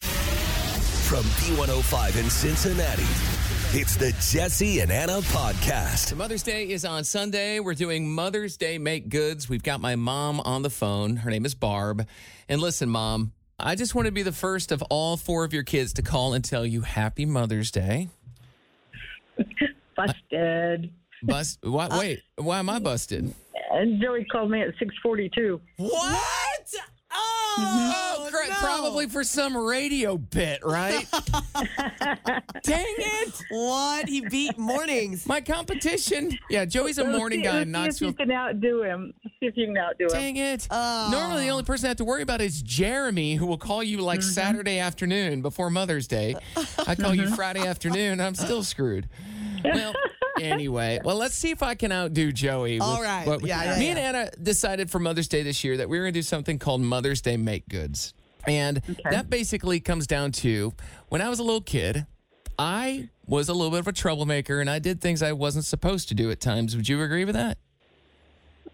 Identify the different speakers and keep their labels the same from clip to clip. Speaker 1: From B105 in Cincinnati, it's the Jesse and Anna podcast.
Speaker 2: So Mother's Day is on Sunday. We're doing Mother's Day Make Goods. We've got my mom on the phone. Her name is Barb. And listen, mom, I just want to be the first of all four of your kids to call and tell you Happy Mother's Day.
Speaker 3: busted.
Speaker 2: Bust. Why, wait, why am I busted?
Speaker 3: And Joey called me at 6:42.
Speaker 2: What? Oh, crap. Probably for some radio bit, right? Dang it.
Speaker 4: What? He beat mornings.
Speaker 2: My competition. Yeah, Joey's a morning guy in
Speaker 3: Let's see
Speaker 2: Knoxville.
Speaker 3: if you can outdo him. Let's See if you can outdo him.
Speaker 2: Dang it.
Speaker 4: Oh. Mm-hmm.
Speaker 2: Normally, the only person I have to worry about is Jeremy, who will call you like Saturday afternoon before Mother's Day. I call
Speaker 4: Mm-hmm.
Speaker 2: you Friday afternoon. I'm still screwed. Well, anyway, well, let's see if I can outdo Joey. with
Speaker 4: All right.
Speaker 2: what we-
Speaker 4: Yeah, yeah,
Speaker 2: me
Speaker 4: yeah.
Speaker 2: and Anna decided for Mother's Day this year that we were going to do something called Mother's Day Make Goods. And that basically comes down to when I was a little kid, I was a little bit of a troublemaker and I did things I wasn't supposed to do at times. Would you agree with that?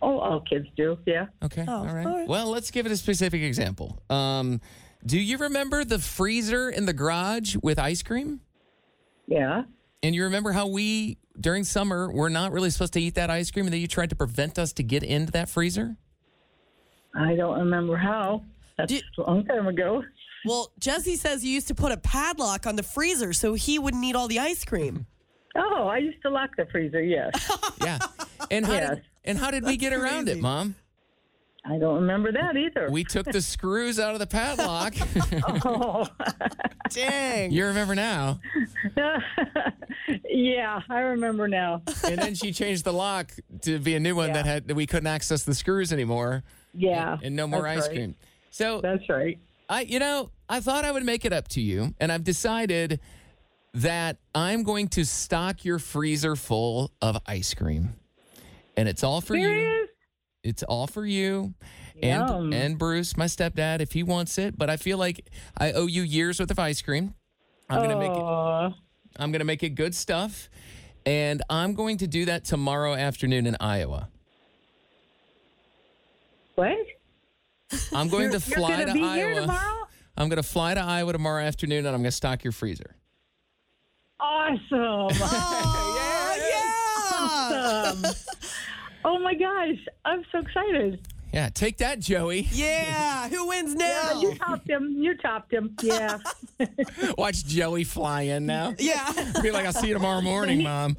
Speaker 3: Oh, all kids do. Yeah.
Speaker 2: Okay. all, right.
Speaker 4: all right.
Speaker 2: Well, let's give it a specific example. Um, do you remember the freezer in the garage with ice cream?
Speaker 3: Yeah.
Speaker 2: And you remember how we during summer were not really supposed to eat that ice cream, and then you tried to prevent us to get into that freezer?
Speaker 3: I don't remember how. That's
Speaker 4: Do-
Speaker 3: a long time ago.
Speaker 4: Well, Jesse says you used to put a padlock on the freezer so he wouldn't eat all the ice cream.
Speaker 3: Oh, I used to lock the freezer. Yes.
Speaker 2: Yeah. And how
Speaker 3: Yes.
Speaker 2: did, and how did we get around it,
Speaker 4: crazy.
Speaker 2: Mom?
Speaker 3: I don't remember that either.
Speaker 2: We took the screws out of the padlock.
Speaker 3: oh.
Speaker 4: Dang.
Speaker 2: you remember now.
Speaker 3: yeah, I remember now.
Speaker 2: And then she changed the lock to be a new one that had that we couldn't access the screws anymore
Speaker 3: Yeah.
Speaker 2: and no more
Speaker 3: that's
Speaker 2: ice
Speaker 3: right.
Speaker 2: cream. So
Speaker 3: That's right.
Speaker 2: I, you know, I thought I would make it up to you, and I've decided that I'm going to stock your freezer full of ice cream, and it's all for you.
Speaker 3: Serious?
Speaker 2: It's all for you,
Speaker 3: Yum.
Speaker 2: and and Bruce, my stepdad, if he wants it. But I feel like I owe you years worth of ice cream. I'm gonna make it.
Speaker 3: Aw.
Speaker 2: I'm gonna make it good stuff, and I'm going to do that tomorrow afternoon in Iowa.
Speaker 3: What?
Speaker 2: I'm going to fly
Speaker 3: You're
Speaker 2: to
Speaker 3: gonna be
Speaker 2: Iowa.
Speaker 3: here tomorrow?
Speaker 2: I'm gonna fly to Iowa tomorrow afternoon, and I'm gonna stock your freezer.
Speaker 3: Awesome.
Speaker 4: Oh, yeah.
Speaker 3: awesome. oh my gosh, I'm so excited.
Speaker 2: Yeah, take that, Joey.
Speaker 4: Yeah. Who wins now?
Speaker 2: Oh.
Speaker 3: You topped him. You topped him. Yeah.
Speaker 2: Watch Joey fly in now.
Speaker 4: Yeah.
Speaker 2: Be like, I'll see you tomorrow morning, Mom.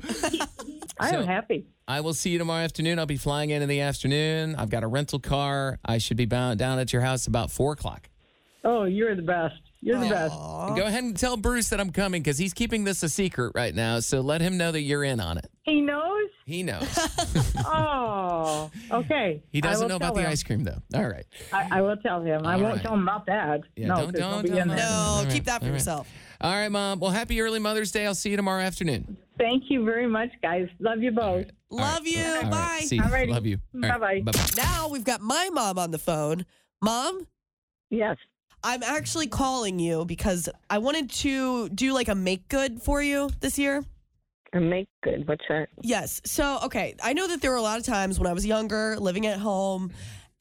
Speaker 3: I
Speaker 2: So-
Speaker 3: am happy.
Speaker 2: I will see you tomorrow afternoon. I'll be flying in in the afternoon. I've got a rental car. I should be bound down at your house about four o'clock.
Speaker 3: Oh, you're the best. You're the best.
Speaker 2: Go ahead and tell Bruce that I'm coming because he's keeping this a secret right now. So let him know that you're in on it.
Speaker 3: He knows.
Speaker 2: He knows.
Speaker 3: Oh, okay.
Speaker 2: He
Speaker 3: I will
Speaker 2: doesn't know about
Speaker 3: tell
Speaker 2: the
Speaker 3: him.
Speaker 2: ice cream though. All right.
Speaker 3: I, I will tell him. I
Speaker 2: All
Speaker 3: won't
Speaker 2: right.
Speaker 3: tell him about that.
Speaker 2: Yeah,
Speaker 3: no,
Speaker 2: don't-
Speaker 3: 'cause he'll
Speaker 2: don't
Speaker 3: be
Speaker 2: tell
Speaker 3: in
Speaker 2: him.
Speaker 3: there.
Speaker 4: No,
Speaker 2: All right,
Speaker 4: keep that for
Speaker 2: all right.
Speaker 4: yourself.
Speaker 2: All right, Mom. Well, happy early Mother's Day. I'll see you tomorrow afternoon.
Speaker 3: Thank you very much, guys. Love you both.
Speaker 2: All right.
Speaker 4: Love you.
Speaker 2: All right.
Speaker 4: Bye.
Speaker 2: See you.
Speaker 3: All righty.
Speaker 2: Love you. All right.
Speaker 3: Bye-bye.
Speaker 2: Bye-bye.
Speaker 4: Now we've got my mom on the phone. Mom,
Speaker 3: Yes.
Speaker 4: I'm actually calling you because I wanted to do like a make good for you this year.
Speaker 5: And make good. What's that?
Speaker 4: Yes. So, okay. I know that there were a lot of times when I was younger, living at home,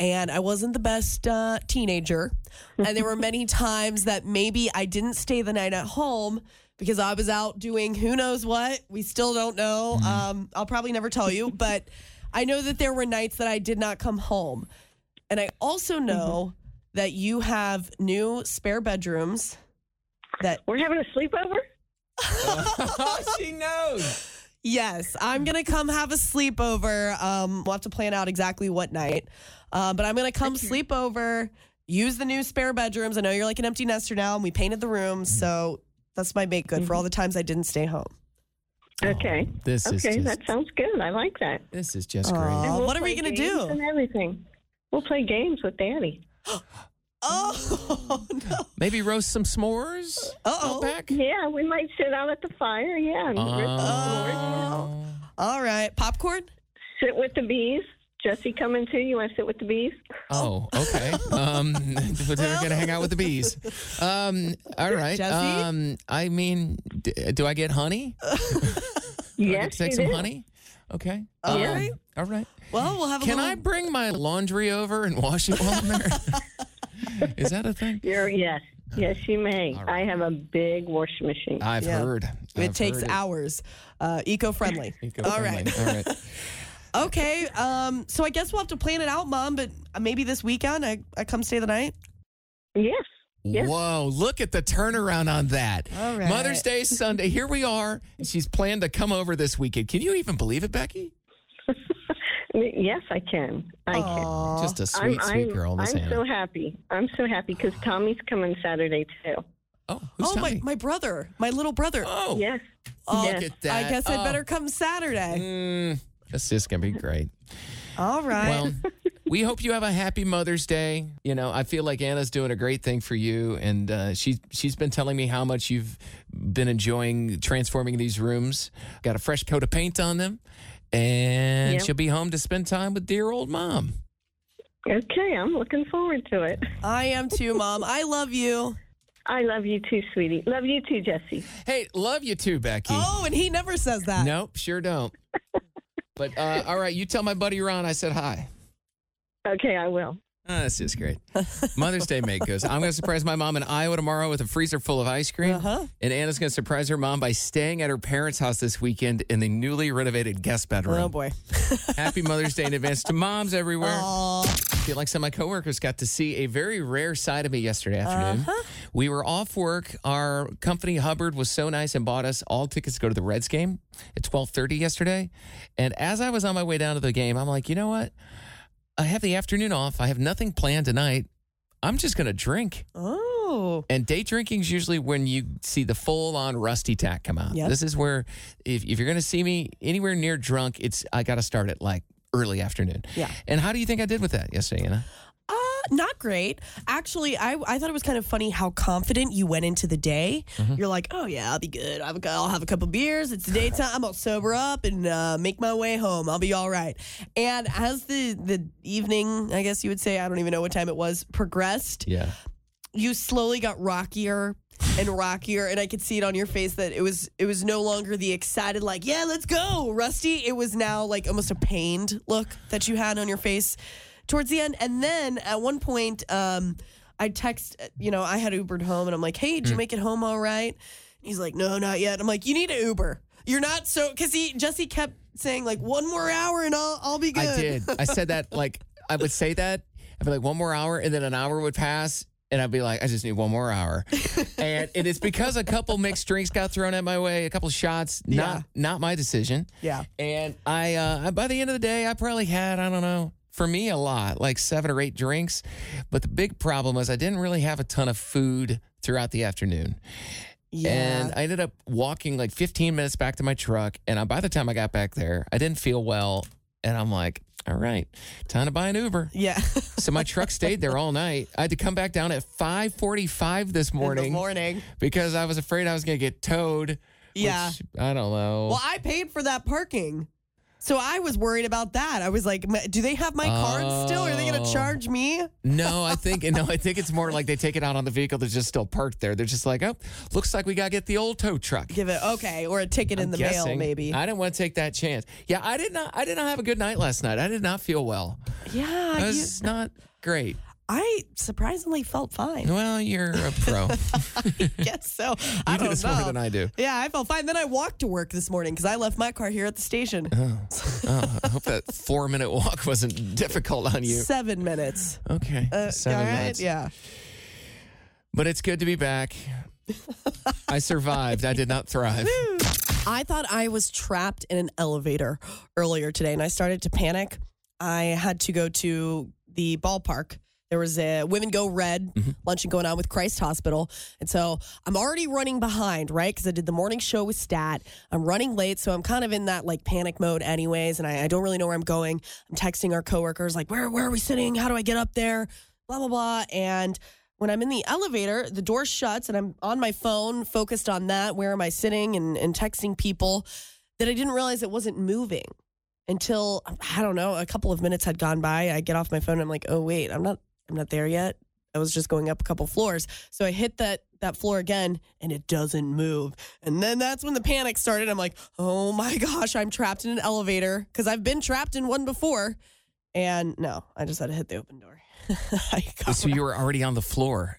Speaker 4: and I wasn't the best uh, teenager. And there were many times that maybe I didn't stay the night at home because I was out doing who knows what. We still don't know. Um, I'll probably never tell you, but I know that there were nights that I did not come home. And I also know that you have new spare bedrooms that
Speaker 5: We're having a sleepover?
Speaker 2: she knows.
Speaker 4: Yes, I'm gonna come have a sleepover. Um, we'll have to plan out exactly what night, uh, but I'm gonna come sleep over, use the new spare bedrooms. I know you're like an empty nester now, and we painted the rooms, so that's my make good for all the times I didn't stay home.
Speaker 5: Okay.
Speaker 2: Oh, This is
Speaker 5: okay,
Speaker 2: just-
Speaker 5: that sounds good. I like that.
Speaker 2: This is just
Speaker 4: Aw.
Speaker 2: great.
Speaker 5: And
Speaker 4: Uh, what are we
Speaker 5: play
Speaker 4: gonna
Speaker 5: games
Speaker 4: do?
Speaker 5: And everything. We'll play games with Daddy.
Speaker 4: Oh, no.
Speaker 2: Maybe roast some s'mores
Speaker 4: Uh-oh.
Speaker 2: out back.
Speaker 5: Yeah, we might sit out at the fire. Yeah, and rip some s'mores.
Speaker 2: Oh.
Speaker 4: All right. Popcorn?
Speaker 5: sit with the bees. Jesse coming too. You want to sit with the bees?
Speaker 2: Oh, okay. Um, we're gonna hang out with the bees. Um, all right.
Speaker 4: Jesse?
Speaker 2: Um, I mean, d- do I get honey? Do I get
Speaker 5: Yes,
Speaker 2: to take
Speaker 5: you
Speaker 2: some
Speaker 5: do.
Speaker 2: honey. Okay.
Speaker 4: All
Speaker 2: Um,
Speaker 4: right.
Speaker 2: All right.
Speaker 4: Well, we'll have a
Speaker 2: Can
Speaker 4: little.
Speaker 2: I bring my laundry over and wash it while I'm there? Is that a thing?
Speaker 5: You're, yes, yes, you may.
Speaker 2: All
Speaker 5: I
Speaker 2: right. Uh,
Speaker 5: have a big washing machine.
Speaker 2: I've
Speaker 4: Yeah.
Speaker 2: heard.
Speaker 4: It
Speaker 2: I've
Speaker 4: takes
Speaker 2: heard
Speaker 4: hours. Uh, eco-friendly. All right.
Speaker 2: All right.
Speaker 4: Okay. Um, so I guess we'll have to plan it out, Mom. But maybe this weekend, I, I come stay the night.
Speaker 5: yes, Yes.
Speaker 2: Whoa, look at the turnaround on that.
Speaker 4: All right.
Speaker 2: Mother's Day Sunday. Here we are. And she's planned to come over this weekend. Can you even believe it, Becky?
Speaker 5: yes, I can. I can.
Speaker 4: Aw.
Speaker 2: Just a sweet,
Speaker 5: I'm,
Speaker 2: sweet
Speaker 5: I'm,
Speaker 2: girl, Miss
Speaker 5: I'm
Speaker 2: Hannah.
Speaker 5: so happy. I'm so happy because Tommy's coming Saturday too.
Speaker 2: oh, who's
Speaker 4: oh my,
Speaker 2: Tommy?
Speaker 4: my brother, my little brother.
Speaker 2: oh,
Speaker 5: Yes.
Speaker 4: Oh,
Speaker 5: yes.
Speaker 2: look at that.
Speaker 4: I guess
Speaker 2: Oh,
Speaker 4: I'd better come Saturday.
Speaker 2: mm, this is going to be great.
Speaker 4: All right.
Speaker 2: Well, we hope you have a happy Mother's Day. You know, I feel like Anna's doing a great thing for you, and uh, she she's been telling me how much you've been enjoying transforming these rooms. Got a fresh coat of paint on them, and
Speaker 5: Yeah.
Speaker 2: she'll be home to spend time with dear old mom.
Speaker 5: Okay, I'm looking forward to it.
Speaker 4: I am too, Mom. I love you.
Speaker 5: I love you too, sweetie. Love you too, Jesse.
Speaker 2: Hey, love you too, Becky.
Speaker 4: Oh, and he never says that.
Speaker 2: Nope, sure don't. but uh, all right, you tell my buddy Ron I said hi.
Speaker 5: Okay, I will.
Speaker 2: Oh, that's just great. Mother's Day make goes. I'm going to surprise my mom in Iowa tomorrow with a freezer full of ice cream.
Speaker 4: Uh-huh.
Speaker 2: And Anna's going to surprise her mom by staying at her parents' house this weekend in the newly renovated guest bedroom.
Speaker 4: Oh boy.
Speaker 2: Happy Mother's Day in advance to moms everywhere.
Speaker 4: Aw.
Speaker 2: I feel like some of my coworkers got to see a very rare side of me yesterday afternoon. We were off work. Our company Hubbard was so nice and bought us all tickets to go to the Reds game at 12:30 yesterday. And as I was on my way down to the game, I'm like, "You know what? I have the afternoon off. I have nothing planned tonight. I'm just going to drink."
Speaker 4: Oh.
Speaker 2: And day drinking is usually when you see the full on rusty tack come out.
Speaker 4: Yep.
Speaker 2: This is where, if, if you're going to see me anywhere near drunk, it's I got to start at like early afternoon.
Speaker 4: Yeah.
Speaker 2: And how do you think I did with that yesterday, Anna?
Speaker 4: Uh, not great. Actually, I, I thought it was kind of funny how confident you went into the day.
Speaker 2: Mm-hmm.
Speaker 4: You're like, oh yeah, I'll be good. I'll, I'll have a couple beers. It's daytime. I'm gonna sober up and uh, make my way home. I'll be all right. And as the the evening, I guess you would say, I don't even know what time it was, progressed,
Speaker 2: Yeah.
Speaker 4: you slowly got rockier and rockier, and I could see it on your face that it was it was no longer the excited like, yeah, let's go, Rusty. It was now like almost a pained look that you had on your face towards the end, and then at one point, um, I text, you know, I had Ubered home, and I'm like, hey, did
Speaker 2: Mm.
Speaker 4: you make it home all right? And he's like, no, not yet. I'm like, you need an Uber. You're not so because he Jesse kept saying like one more hour and I'll I'll be good.
Speaker 2: I did. I said that like I would say that. I'd be like one more hour, and then an hour would pass, and I'd be like, I just need one more hour. and it is because a couple mixed drinks got thrown at my way, a couple shots. Not
Speaker 4: Yeah.
Speaker 2: not my decision.
Speaker 4: Yeah.
Speaker 2: And I uh, by the end of the day, I probably had I don't know. For me, a lot, like seven or eight drinks. But the big problem was I didn't really have a ton of food throughout the afternoon.
Speaker 4: Yeah.
Speaker 2: And I ended up walking like 15 minutes back to my truck. And I, by the time I got back there, I didn't feel well. And I'm like, all right, time to buy an Uber.
Speaker 4: yeah.
Speaker 2: So my truck stayed there all night. I had to come back down at 5:45 this
Speaker 4: In
Speaker 2: morning
Speaker 4: the morning.
Speaker 2: because I was afraid I was going to get towed.
Speaker 4: Yeah.
Speaker 2: which, I don't know.
Speaker 4: Well, I paid for that parking. So I was worried about that. I was like, "Ma- do they have my card still? Are they going to
Speaker 2: Oh.
Speaker 4: charge me?
Speaker 2: No, I think no, I think it's more like they take it out on the vehicle that's just still parked there. They're just like, oh, looks like we got to get the old tow truck.
Speaker 4: Give it, okay, or a ticket in the mail,
Speaker 2: guessing.
Speaker 4: maybe.
Speaker 2: I didn't want to take that chance. Yeah, I did not. I did not have a good night last night. I did not feel well.
Speaker 4: yeah,
Speaker 2: It
Speaker 4: you-
Speaker 2: was not great.
Speaker 4: I surprisingly felt fine.
Speaker 2: Well, you're a pro.
Speaker 4: guess so. You I
Speaker 2: you
Speaker 4: don't
Speaker 2: do this
Speaker 4: know.
Speaker 2: more than I do.
Speaker 4: Yeah, I felt fine. Then I walked to work this morning because I left my car here at the station.
Speaker 2: Oh, I hope that four minute walk wasn't difficult on you.
Speaker 4: Seven minutes.
Speaker 2: Okay.
Speaker 4: Uh,
Speaker 2: seven
Speaker 4: all right.
Speaker 2: minutes.
Speaker 4: Yeah.
Speaker 2: But it's good to be back. I survived. I did not thrive.
Speaker 4: I thought I was trapped in an elevator earlier today and I started to panic. I had to go to the ballpark. There was a Women Go Red luncheon going on with Christ Hospital. And so I'm already running behind, right? Because I did the morning show with Stat. I'm running late. So I'm kind of in that like panic mode, anyways. And I, I don't really know where I'm going. I'm texting our coworkers, like, where, where are we sitting? How do I get up there? blah, blah, blah. And when I'm in the elevator, the door shuts and I'm on my phone, focused on that. Where am I sitting and, and texting people that I didn't realize it wasn't moving until, I don't know, a couple of minutes had gone by. I get off my phone. I'm like, oh, wait, I'm not, I'm not there yet. I was just going up a couple floors. So I hit that that floor again and it doesn't move. And then that's when the panic started. I'm like, "Oh my gosh, I'm trapped in an elevator cuz I've been trapped in one before." And no, I just had to hit the open door. I, got
Speaker 2: So you were already on the floor.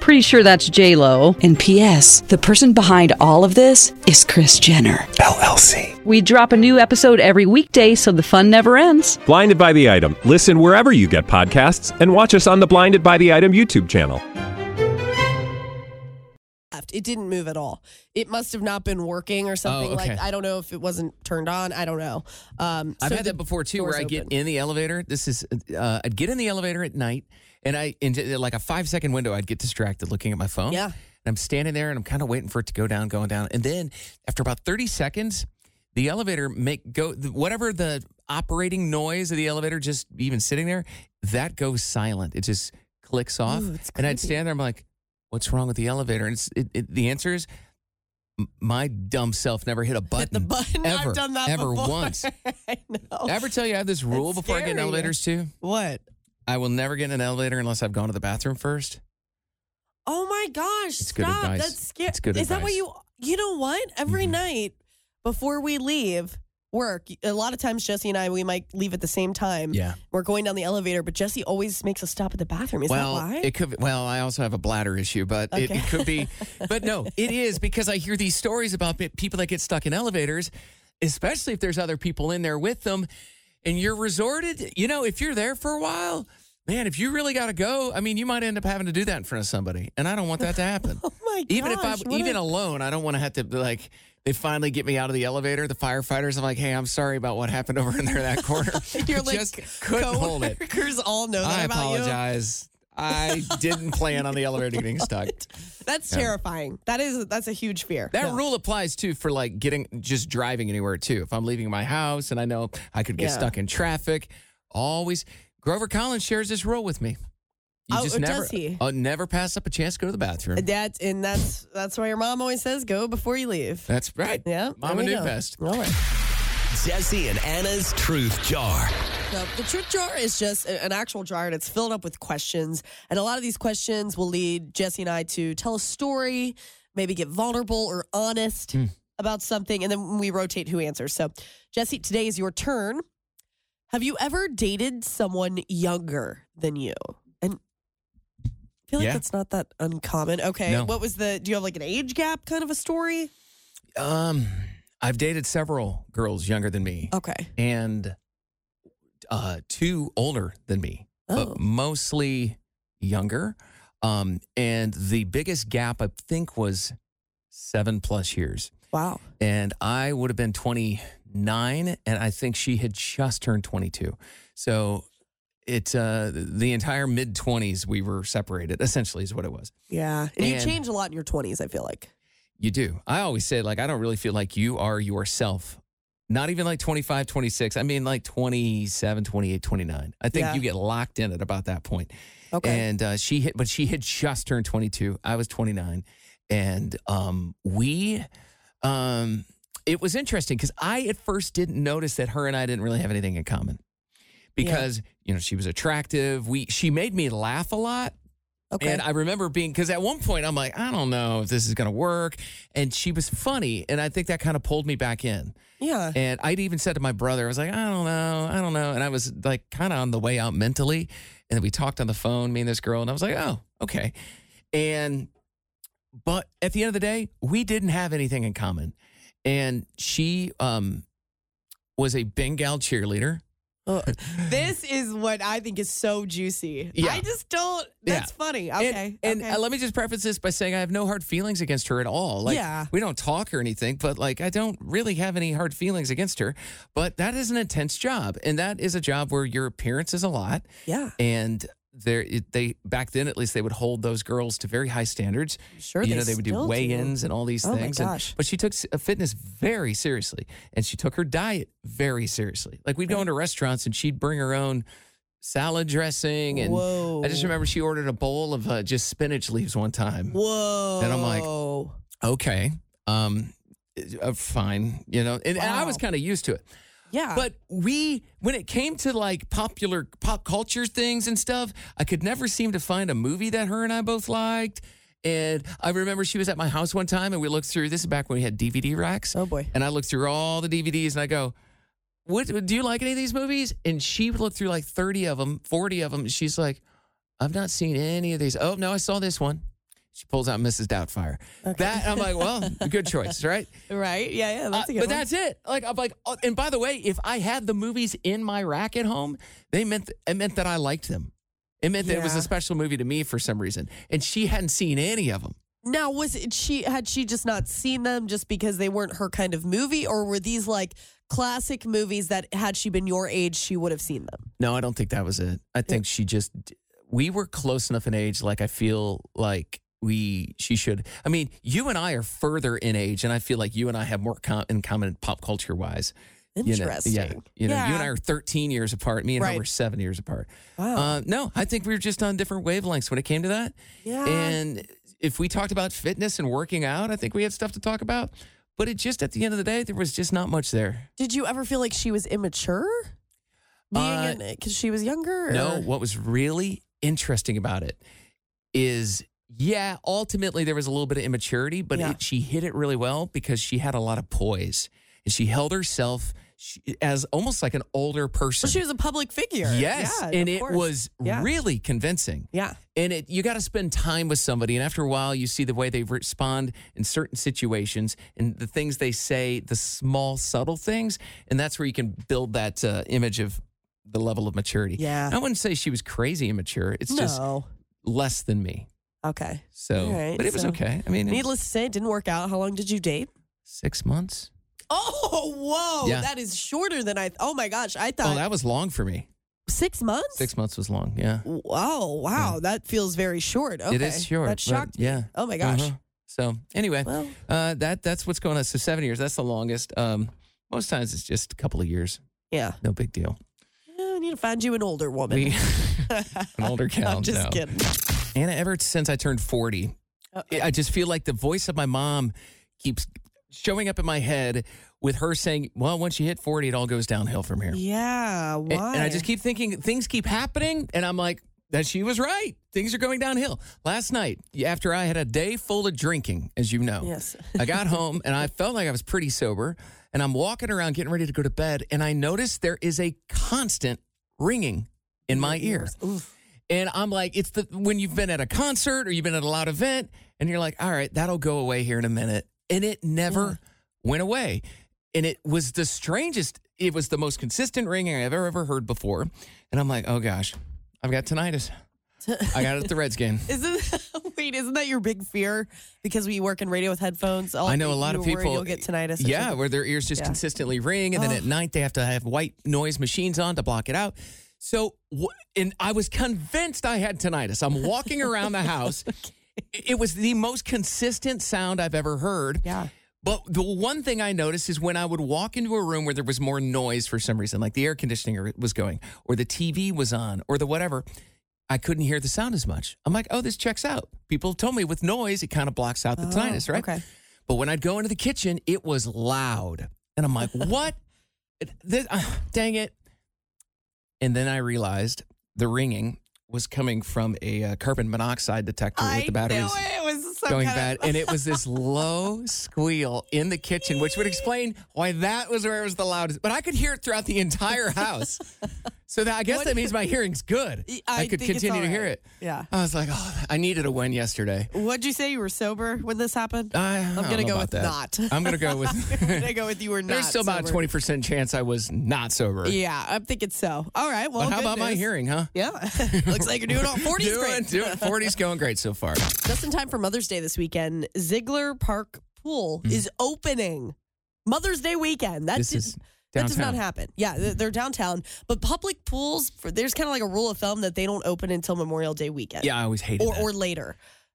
Speaker 6: Pretty sure that's J Lo.
Speaker 7: And P.S. The person behind all of this is Chris Jenner.
Speaker 8: LLC.
Speaker 6: We drop a new episode every weekday, so the fun never ends.
Speaker 8: Blinded by the item. Listen wherever you get podcasts, and watch us on the Blinded by the Item YouTube channel.
Speaker 4: It didn't move at all. It must have not been working or something
Speaker 2: Oh, okay.
Speaker 4: like I don't know if it wasn't turned on. I don't know. Um
Speaker 2: I've
Speaker 4: so
Speaker 2: had
Speaker 4: the
Speaker 2: that before too, where
Speaker 4: door's
Speaker 2: I get
Speaker 4: open.
Speaker 2: in the elevator. This is uh, I'd get in the elevator at night, and I in j- like a five second window, I'd get distracted looking at my phone.
Speaker 4: Yeah.
Speaker 2: and I'm standing there, and I'm kind of waiting for it to go down, going down, and then after about thirty seconds, the elevator make go th- whatever the operating noise of the elevator, just even sitting there, that goes silent. It just clicks off,
Speaker 4: Ooh, it's
Speaker 2: and I'd
Speaker 4: creepy.
Speaker 2: stand there. I'm like, "What's wrong with the elevator?" And it's, it, it, the answer is. m- My dumb self never hit a button.
Speaker 4: Hit the button.
Speaker 2: Ever,
Speaker 4: I've done that
Speaker 2: ever
Speaker 4: before.
Speaker 2: once.
Speaker 4: I know.
Speaker 2: Did I ever tell you I have this rule
Speaker 4: That's
Speaker 2: before I get in
Speaker 4: scary.
Speaker 2: elevators too?
Speaker 4: what?
Speaker 2: I will never get in an elevator unless I've gone to the bathroom first.
Speaker 4: Oh my gosh!
Speaker 2: It's good
Speaker 4: stop.
Speaker 2: advice.
Speaker 4: That's scary.
Speaker 2: It's good
Speaker 4: Is that what
Speaker 2: advice. Mm-hmm.
Speaker 4: you? You know what? Every night before we leave work, a lot of times Jesse and I we might leave at the same time.
Speaker 2: Yeah.
Speaker 4: We're going down the elevator, but Jesse always makes us stop at the bathroom. Is
Speaker 2: well,
Speaker 4: that why?
Speaker 2: it could. Be, well, I also have a bladder issue, but it,
Speaker 4: Okay.
Speaker 2: it could be. But no, it is because I hear these stories about pe- people that get stuck in elevators, especially if there's other people in there with them, and you're resorted. You know, if you're there for a while, man, if you really got to go, I mean, you might end up having to do that in front of somebody, and I don't want that to happen.
Speaker 4: oh my
Speaker 2: even if
Speaker 4: gosh!
Speaker 2: I'm
Speaker 4: what
Speaker 2: even
Speaker 4: a-
Speaker 2: alone, I don't want to have to be like. They finally get me out of the elevator. The firefighters. I'm like, hey, I'm sorry about what happened over in there in that corner.
Speaker 4: Your
Speaker 2: I
Speaker 4: like
Speaker 2: just couldn't hold it.
Speaker 4: coworkers all know that
Speaker 2: I
Speaker 4: about
Speaker 2: apologize. I didn't plan on the elevator getting stuck.
Speaker 4: you. That's terrifying. That is that's a huge fear.
Speaker 2: That
Speaker 4: No.
Speaker 2: rule applies too for like getting just driving anywhere too. If I'm leaving my house and I know I could get
Speaker 4: Yeah.
Speaker 2: stuck in traffic, always Grover Collins shares this rule with me. You
Speaker 4: Oh,
Speaker 2: just
Speaker 4: oh,
Speaker 2: never
Speaker 4: does he? Uh,
Speaker 2: uh, never pass up a chance to go to the bathroom.
Speaker 4: That and that's that's why your mom always says go before you leave.
Speaker 2: That's right.
Speaker 4: Yeah. there
Speaker 2: Mama
Speaker 4: we
Speaker 2: knew
Speaker 4: go.
Speaker 2: best.
Speaker 4: All right.
Speaker 1: Jesse and Anna's Truth Jar.
Speaker 4: So the truth jar is just a- an actual jar and it's filled up with questions. And a lot of these questions will lead Jesse and I to tell a story, maybe get vulnerable or honest
Speaker 2: Hmm.
Speaker 4: about something. And then we rotate who answers. So, Jesse, today is your turn. Have you ever dated someone younger than you? And I feel like
Speaker 2: Yeah.
Speaker 4: that's not that uncommon. Okay.
Speaker 2: No.
Speaker 4: What was the, do you have like an age gap kind of a story?
Speaker 2: Um, I've dated several girls younger than me.
Speaker 4: Okay.
Speaker 2: and uh, two older than me,
Speaker 4: Oh.
Speaker 2: but mostly younger. Um, and the biggest gap, I think, was seven plus years.
Speaker 4: Wow.
Speaker 2: And I would have been 29, and I think she had just turned 22. So it uh, the entire mid 20s we were separated. Essentially, is what it was.
Speaker 4: Yeah. And, you
Speaker 2: And-
Speaker 4: change a lot in your 20s, I feel like.
Speaker 2: You do. I always say, like, I don't really feel like you are yourself. Not even like 25, 26. I mean, like 27, 28, 29. I think
Speaker 4: Yeah.
Speaker 2: you get locked in at about that point.
Speaker 4: Okay.
Speaker 2: And uh, she hit, but she had just turned 22. I was 29. And um, we, um, it was interesting because I at first didn't notice that her and I didn't really have anything in common because, you know, she was attractive. We, she made me laugh a lot
Speaker 4: Okay.
Speaker 2: And I remember being, because at one point I'm like, I don't know if this is going to work. And she was funny. And I think that kind of pulled me back in.
Speaker 4: Yeah.
Speaker 2: And I'd even said to my brother, I was like, I don't know, I don't know. And I was like kind of on the way out mentally. And we talked on the phone, me and this girl, and I was like, oh, okay. And, but at the end of the day, we didn't have anything in common. And she um, was a Bengal cheerleader.
Speaker 4: this is what I think is so juicy.
Speaker 2: Yeah.
Speaker 4: I just don't.
Speaker 2: Yeah.
Speaker 4: That's funny.
Speaker 2: And-
Speaker 4: Okay.
Speaker 2: And,
Speaker 4: okay.
Speaker 2: uh, let me just preface this by saying I have no hard feelings against her at all. Like,
Speaker 4: Yeah.
Speaker 2: we don't talk or anything, but like, I don't really have any hard feelings against her. But that is an intense job. And that is a job where your appearance is a lot.
Speaker 4: yeah.
Speaker 2: And there, it, they back then at least they would hold those girls to very high standards.
Speaker 4: Sure,
Speaker 2: you
Speaker 4: they
Speaker 2: know they would do
Speaker 4: still do.
Speaker 2: weigh-ins and all these
Speaker 4: Oh my
Speaker 2: things. and-
Speaker 4: gosh.
Speaker 2: but she took s- uh, fitness very seriously, and she took her diet very seriously. Like we'd go into restaurants and she'd bring her own salad dressing, and
Speaker 4: Whoa.
Speaker 2: I just remember she ordered a bowl of uh, just spinach leaves one time.
Speaker 4: Whoa.
Speaker 2: Then I'm like, Okay, um, uh, fine, you know, and, and I
Speaker 4: Wow.
Speaker 2: was kind of used to it.
Speaker 4: yeah.
Speaker 2: But we, when it came to like popular pop culture things and stuff, I could never seem to find a movie that her and I both liked. And I remember she was at my house one time and we looked through, this is back when we had DVD racks.
Speaker 4: oh boy.
Speaker 2: And I looked through all the DVDs and I go, what, do you like any of these movies? And she looked through like 30 of them, 40 of them. And she's like, I've not seen any of these. Oh, no, I saw this one. She pulls out Mrs. Doubtfire. That, I'm like, well, good choice, right?
Speaker 4: Right. Yeah. Yeah. That's
Speaker 2: Uh,
Speaker 4: a good
Speaker 2: but
Speaker 4: one.
Speaker 2: that's it. Like I'm like, oh, and by the way, if I had the movies in my rack at home, they meant it meant that I liked them. It meant that it was
Speaker 4: Yeah.
Speaker 2: a special movie to me for some reason, and she hadn't seen any of them.
Speaker 4: Now, was it she had she just not seen them just because they weren't her kind of movie, or were these like classic movies that had she been your age, she would have seen them?
Speaker 2: No, I don't think that was it. I think she just we were close enough in age. Like I feel like we she should. I mean, you and I are further in age, and I feel like you and I have more com- in common pop culture wise. You know,
Speaker 4: Interesting.
Speaker 2: yeah, you know, you and I are 13 years apart. Me and
Speaker 4: Right.
Speaker 2: her were seven years apart.
Speaker 4: Wow.
Speaker 2: Uh, no, I think we were just on different wavelengths when it came to that.
Speaker 4: Yeah.
Speaker 2: And if we talked about fitness and working out, I think we had stuff to talk about. But it just at the end of the day, there was just not much there.
Speaker 4: Did you ever feel like she was immature?
Speaker 2: Uh,
Speaker 4: Being because she was younger.
Speaker 2: No,
Speaker 4: or-
Speaker 2: what was really interesting about it is, yeah, ultimately there was a little bit of immaturity, but
Speaker 4: Yeah.
Speaker 2: it, she hit it really well because she had a lot of poise and she held herself she, as almost like an older person.
Speaker 4: Well, she was a public figure.
Speaker 2: Yes,
Speaker 4: Yeah,
Speaker 2: and
Speaker 4: of
Speaker 2: it
Speaker 4: course.
Speaker 2: was
Speaker 4: Yeah.
Speaker 2: really convincing.
Speaker 4: Yeah.
Speaker 2: And it you got to spend time with somebody, and after a while, you see the way they respond in certain situations and the things they say, the small, subtle things, and that's where you can build that uh, image of the level of maturity.
Speaker 4: Yeah.
Speaker 2: I wouldn't say she was crazy immature. It's just
Speaker 4: no.
Speaker 2: less than me.
Speaker 4: Okay.
Speaker 2: So,
Speaker 4: All right,
Speaker 2: but it was
Speaker 4: so-
Speaker 2: okay. I mean, it was
Speaker 4: Needless to say, it didn't work out. How long did you date?
Speaker 2: six months.
Speaker 4: Oh, whoa.
Speaker 2: Yeah.
Speaker 4: That is shorter than I. Oh my gosh. I
Speaker 2: Oh,
Speaker 4: thought
Speaker 2: that was long for me.
Speaker 4: six months?
Speaker 2: Six months was long. Yeah.
Speaker 4: Wow, wow, that feels very short. Okay.
Speaker 2: It is short.
Speaker 4: That
Speaker 2: but
Speaker 4: shocked me.
Speaker 2: Yeah.
Speaker 4: Oh my gosh.
Speaker 2: Uh-huh. So anyway,
Speaker 4: Well.
Speaker 2: uh, that that's what's going on. So seven years. That's the longest. Um, most times it's just a couple of years.
Speaker 4: Yeah.
Speaker 2: No big deal.
Speaker 4: I need to find you an older woman.
Speaker 2: We- an older count.
Speaker 4: I'm just
Speaker 2: no.
Speaker 4: kidding.
Speaker 2: Anna, ever since I turned forty, I just feel like the voice of my mom keeps showing up in my head with her saying, "Well, once you hit forty, it all goes downhill from here."
Speaker 4: Yeah.
Speaker 2: And-
Speaker 4: Why?
Speaker 2: And I just keep thinking things keep happening, and I'm like, that she was right. Things are going downhill. Last night, after I had a day full of drinking, as you know,
Speaker 4: Yes.
Speaker 2: I got home and I felt like I was pretty sober. And I'm walking around getting ready to go to bed, and I noticed there is a constant ringing in my ear. And I'm like, it's the when you've been at a concert or you've been at a loud event, and you're like, all right, that'll go away here in a minute. And it never went away. And it was the strangest, it was the most consistent ringing I've ever, ever heard before. And I'm like, oh gosh, I've got tinnitus. I got it at the Reds game.
Speaker 4: Isn't wait? Isn't that your big fear? Because we work in radio with headphones. All
Speaker 2: I know a
Speaker 4: you-
Speaker 2: lot
Speaker 4: you
Speaker 2: of
Speaker 4: were worried
Speaker 2: people
Speaker 4: You'll get tinnitus. or
Speaker 2: Yeah,
Speaker 4: something.
Speaker 2: where their ears just
Speaker 4: Yeah.
Speaker 2: consistently ring, and then at night they have to have white noise machines on to block it out. So, wh- and I was convinced I had tinnitus. I'm walking around the house. It- It was the most consistent sound I've ever heard.
Speaker 4: Yeah.
Speaker 2: But the one thing I noticed is when I would walk into a room where there was more noise for some reason, like the air conditioning was going, or the TV was on, or the whatever, I couldn't hear the sound as much. I'm like, oh, this checks out. People told me with noise, it kind of blocks out the tinnitus, right?
Speaker 4: Oh, okay.
Speaker 2: But when I'd go into the kitchen, it was loud. And I'm like, what? uh, This, ah, dang it. And then I realized the ringing was coming from a uh, carbon monoxide detector with the batteries
Speaker 4: it was some
Speaker 2: going
Speaker 4: kind
Speaker 2: bad,
Speaker 4: of-
Speaker 2: and it was this low squeal in the kitchen, which would explain why that was where it was the loudest. But I could hear it throughout the entire house, so that I guess that means my hearing's good.
Speaker 9: I
Speaker 2: I, could
Speaker 9: think it's
Speaker 2: continue
Speaker 9: all
Speaker 2: to hear
Speaker 9: right.
Speaker 2: it.
Speaker 9: Yeah.
Speaker 2: I was like, oh, I needed a win yesterday.
Speaker 9: What'd you say? You were sober when this happened?
Speaker 2: I, I
Speaker 9: am
Speaker 2: don't
Speaker 9: gonna
Speaker 2: know
Speaker 9: go
Speaker 2: about
Speaker 9: with
Speaker 2: that.
Speaker 9: not.
Speaker 2: I'm gonna go with.
Speaker 9: I'm gonna go with you were not.
Speaker 2: There's still about a
Speaker 9: sober.
Speaker 2: twenty percent chance I was not sober.
Speaker 9: Yeah, I'm thinking so. All right. Well,
Speaker 2: But how
Speaker 9: good
Speaker 2: about my
Speaker 9: news.
Speaker 2: hearing, huh?
Speaker 9: Yeah. Looks like you're doing all 40s
Speaker 2: doing,
Speaker 9: great.
Speaker 2: Doing 40s going great so far.
Speaker 4: Just in time for Mother's Day this weekend, Ziegler Park Pool is opening Mother's Day weekend. That
Speaker 2: Mm. This
Speaker 4: did-
Speaker 2: is
Speaker 4: that does not
Speaker 2: downtown.
Speaker 4: happen. Yeah, th- they're downtown, but public pools. For, there's kind of like a rule of thumb that they don't open until Memorial Day weekend.
Speaker 2: Yeah, I always hated
Speaker 4: or
Speaker 2: that.
Speaker 4: or later.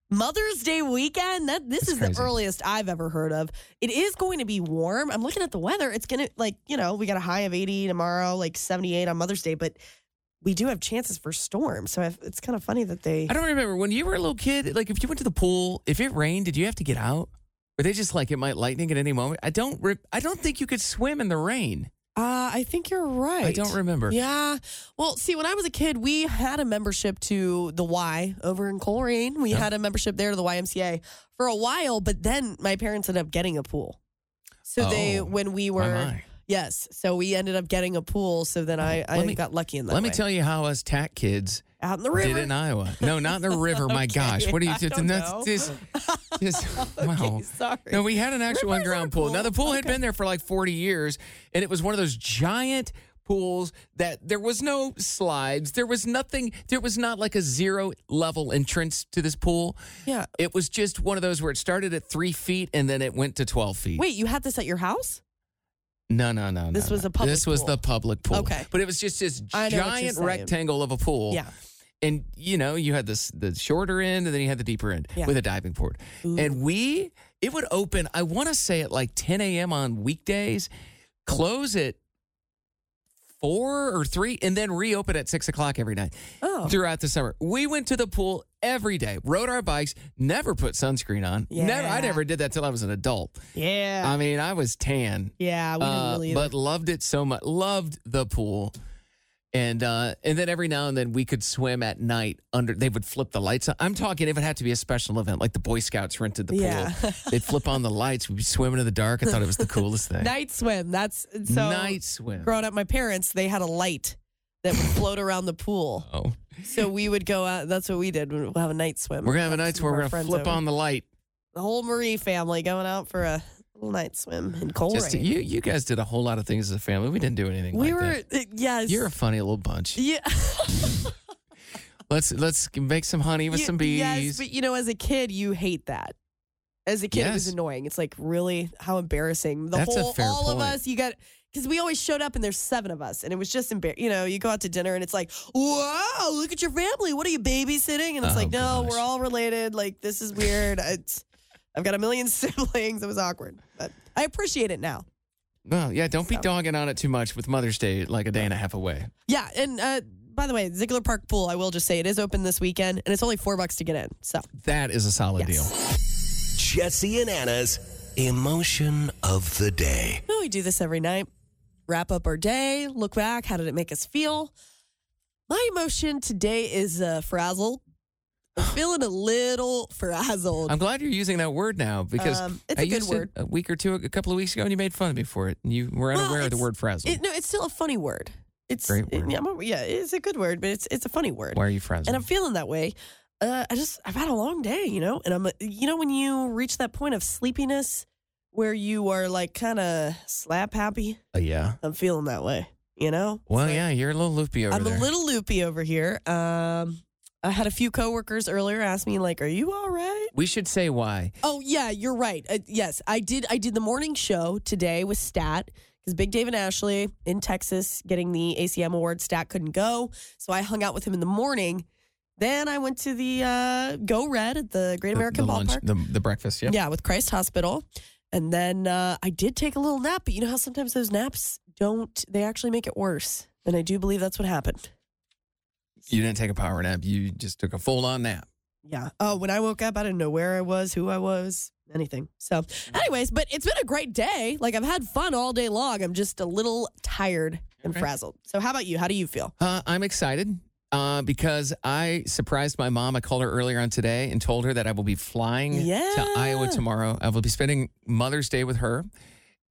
Speaker 4: Mother's Day weekend. That this is
Speaker 2: crazy.
Speaker 4: the earliest I've ever heard of. It is going to be warm. I'm looking at the weather. It's gonna like you know we got a high of 80 tomorrow, like 78 on Mother's Day, but we do have chances for storms. So I've, it's kind of funny that they.
Speaker 2: I don't remember when you were a little kid. Like, if you went to the pool, if it rained, did you have to get out? Were they just like it might lightning at any moment? I don't. Re- I don't think you could swim in the rain.
Speaker 4: Uh, I think you're right.
Speaker 2: I don't remember.
Speaker 4: Yeah. Well, see, when I was a kid, we had a membership to the Y over in Coleraine. We had a membership there to the YMCA for a while, but then my parents ended up getting a pool. So they,
Speaker 2: Oh,
Speaker 4: when we
Speaker 2: my,
Speaker 4: were,
Speaker 2: my. Oh,
Speaker 4: yes, so we ended up getting a pool. So then I, I
Speaker 2: Let me-
Speaker 4: got lucky in that.
Speaker 2: Let me
Speaker 4: way.
Speaker 2: tell you how us TAC kids
Speaker 4: out in the
Speaker 2: did
Speaker 4: river.
Speaker 2: in Iowa. No, not the river. My gosh, what are you
Speaker 4: I
Speaker 2: just?
Speaker 4: don't
Speaker 2: that's
Speaker 4: know.
Speaker 2: just, just wow.
Speaker 4: Sorry.
Speaker 2: No, we had an actual
Speaker 4: Rivers are
Speaker 2: on-ground pool. Now the pool had
Speaker 4: Okay.
Speaker 2: been there for like 40 years, and it was one of those giant pools that there was no slides, there was nothing, there was not like a zero level entrance to this pool.
Speaker 4: Yeah.
Speaker 2: It was just one of those where it started at three feet and then it went to 12 feet.
Speaker 4: Wait, you had this at your house?
Speaker 2: No, no, no.
Speaker 4: This
Speaker 2: no,
Speaker 4: was
Speaker 2: no.
Speaker 4: a public
Speaker 2: This was
Speaker 4: pool.
Speaker 2: the public pool.
Speaker 4: Okay.
Speaker 2: But it was just this
Speaker 4: I know what you're
Speaker 2: giant
Speaker 4: saying.
Speaker 2: rectangle of a pool.
Speaker 4: Yeah.
Speaker 2: And you know, you had this the shorter end and then you had the deeper end
Speaker 4: Yeah.
Speaker 2: with a diving board. And we it would open, I wanna say at like 10 a.m. on weekdays, close at four or three, and then reopen at six o'clock every night
Speaker 4: Oh.
Speaker 2: throughout the summer. We went to the pool every day, rode our bikes, never put sunscreen on. Never I
Speaker 4: Yeah.
Speaker 2: never did that till I was an adult.
Speaker 4: Yeah.
Speaker 2: I mean, I was tan.
Speaker 4: yeah. We
Speaker 2: Uh,
Speaker 4: didn't really.
Speaker 2: but loved it so much. Loved the pool. And uh, and then every now and then we could swim at night under. They would flip the lights. on. I'm talking if it had to be a special event, like the Boy Scouts rented the pool.
Speaker 4: Yeah.
Speaker 2: They'd flip on the lights. We'd be swimming in the dark. I thought it was the coolest thing.
Speaker 4: night swim. That's so.
Speaker 2: Night swim.
Speaker 4: Growing up, my parents they had a light that would float around the pool.
Speaker 2: Oh,
Speaker 4: So we would go out. That's what we did. We'll have a night swim.
Speaker 2: we're gonna have a
Speaker 4: Got
Speaker 2: night
Speaker 4: some
Speaker 2: where
Speaker 4: of
Speaker 2: we're gonna
Speaker 4: our friends
Speaker 2: flip
Speaker 4: over.
Speaker 2: on the light.
Speaker 4: the whole Marie family going out for a little night swim in Coleraine.
Speaker 2: Just you, you guys did a whole lot of things as a family. We didn't do anything.
Speaker 4: we
Speaker 2: like
Speaker 4: were
Speaker 2: that.
Speaker 4: uh, yes.
Speaker 2: You're a funny little bunch.
Speaker 4: yeah.
Speaker 2: Let's let's make some honey with
Speaker 4: you-
Speaker 2: some bees.
Speaker 4: Yes, but you know, as a kid, you hate that. As a kid, it was
Speaker 2: Yes.
Speaker 4: annoying. It's like really how embarrassing. The
Speaker 2: That's a
Speaker 4: whole
Speaker 2: fair
Speaker 4: all of
Speaker 2: point.
Speaker 4: us. You got because we always showed up and there's seven of us, and it was just embarrassing. You know, you go out to dinner and it's like, wow, look at your family. What are you babysitting? And it's
Speaker 2: Oh,
Speaker 4: like, no,
Speaker 2: gosh.
Speaker 4: we're all related. Like this is weird. it's, I've got a million siblings. It was awkward, but I appreciate it now.
Speaker 2: Well, yeah, don't be
Speaker 4: So-
Speaker 2: dogging on it too much with Mother's Day like a day and a half away.
Speaker 4: Yeah, and uh, by the way, Ziegler Park Pool. I will just say it is open this weekend, and it's only four bucks to get in. So
Speaker 2: That is a solid
Speaker 4: Yes.
Speaker 2: deal.
Speaker 1: Jesse and Anna's emotion of the day.
Speaker 4: Well, we do this every night. Wrap up our day, look back. How did it make us feel? My emotion today is uh, frazzled. I'm feeling a little frazzled.
Speaker 2: I'm glad you're using that word now because
Speaker 4: Um, it's
Speaker 2: I
Speaker 4: a good
Speaker 2: used it
Speaker 4: word.
Speaker 2: a week or two, a couple of weeks ago, and you made fun of me for it. And you were
Speaker 4: Well,
Speaker 2: unaware of the
Speaker 4: it's-
Speaker 2: word frazzled.
Speaker 4: It- no, it's still a funny word. It's
Speaker 2: Great word.
Speaker 4: yeah, I'm a- yeah, it's a good word, but it's it's a funny word.
Speaker 2: Why are you frazzled?
Speaker 4: And I'm feeling that way. Uh, I just I've had a long day, you know, and I'm uh, you know when you reach that point of sleepiness where you are like kind of slap happy.
Speaker 2: Uh, yeah.
Speaker 4: I'm feeling that way, you know.
Speaker 2: Well, yeah, you're a little loopy over
Speaker 4: I'm
Speaker 2: there.
Speaker 4: a little loopy over here. Um, I had a few coworkers earlier ask me like, "Are you all right?"
Speaker 2: we should say why.
Speaker 4: Oh yeah, you're right. Uh, yes, I did. I did the morning show today with Stat because Big Dave and Ashley in Texas getting the ACM award. Stat couldn't go, so I hung out with him in the morning. Then I went to the uh, Go Red at the Great American
Speaker 2: the, the lunch,
Speaker 4: Ballpark.
Speaker 2: the, the breakfast. Yeah.
Speaker 4: Yeah, with Christ Hospital. And then uh, I did take a little nap, but you know how sometimes those naps don't, they actually make it worse. And I do believe that's what happened.
Speaker 2: You didn't take a power nap. You just took a full on nap.
Speaker 4: Yeah. Oh, when I woke up, I didn't know where I was, who I was, anything. So,
Speaker 2: Mm.
Speaker 4: anyways, but it's been a great day. Like, I've had fun all day long. I'm just a little tired and frazzled. So, how about you? How do you feel?
Speaker 2: Uh, I'm excited. uh, because I surprised my mom. I called her earlier on today and told her that I will be flying to Iowa tomorrow. I will be spending Mother's Day with her,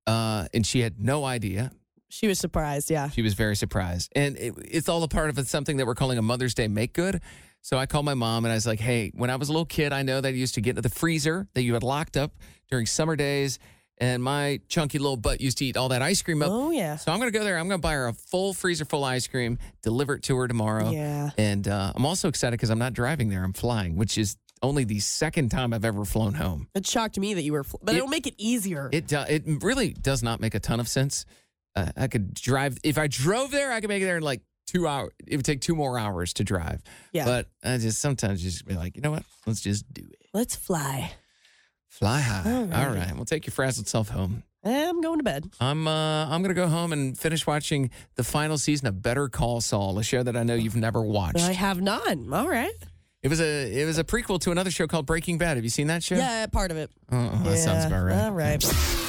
Speaker 2: uh, and she had no idea.
Speaker 4: She was surprised. Yeah.
Speaker 2: She was very surprised, and it, it's all a part of something that we're calling a Mother's Day make good. So I called my mom and I was like, "Hey, when I was a little kid, I know that I used to get into the freezer that you had locked up during summer days." And my chunky little butt used to eat all that ice cream up.
Speaker 4: Oh, yeah.
Speaker 2: So I'm going to go there. I'm going to buy her a full freezer full ice cream, deliver it to her tomorrow.
Speaker 4: Yeah.
Speaker 2: And uh, I'm also excited because I'm not driving there. I'm flying, which is only the second time I've ever flown home.
Speaker 4: It shocked me that you were, fl- but
Speaker 2: It-
Speaker 4: it, will make it easier.
Speaker 2: It do- it really does not make a ton of sense. Uh, I could drive if I drove there, I could make it there in like two hours. It would take two more hours to drive.
Speaker 4: Yeah.
Speaker 2: But I just sometimes just be like, you know what? Let's just do it.
Speaker 4: Let's fly.
Speaker 2: Fly high.
Speaker 4: All right.
Speaker 2: All right. We'll take your frazzled self home.
Speaker 4: I'm going to bed.
Speaker 2: I'm uh, I'm gonna go home and finish watching the final season of Better Call Saul, a show that I know you've never watched.
Speaker 4: I have none. All right.
Speaker 2: It was a it was a prequel to another show called Breaking Bad. Have you seen that show?
Speaker 4: Yeah, part of it.
Speaker 2: Oh, that sounds
Speaker 4: Yeah,
Speaker 2: about right.
Speaker 4: All right.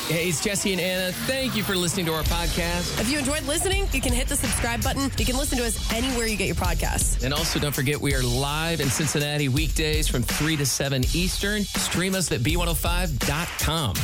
Speaker 2: Hey, it's Jesse and Anna. Thank you for listening to our podcast.
Speaker 4: If you enjoyed listening, you can hit the subscribe button. You can listen to us anywhere you get your podcasts.
Speaker 2: And also, don't forget, we are live in oh Cincinnati weekdays from 3 to 7 Eastern. Stream us at b105.com.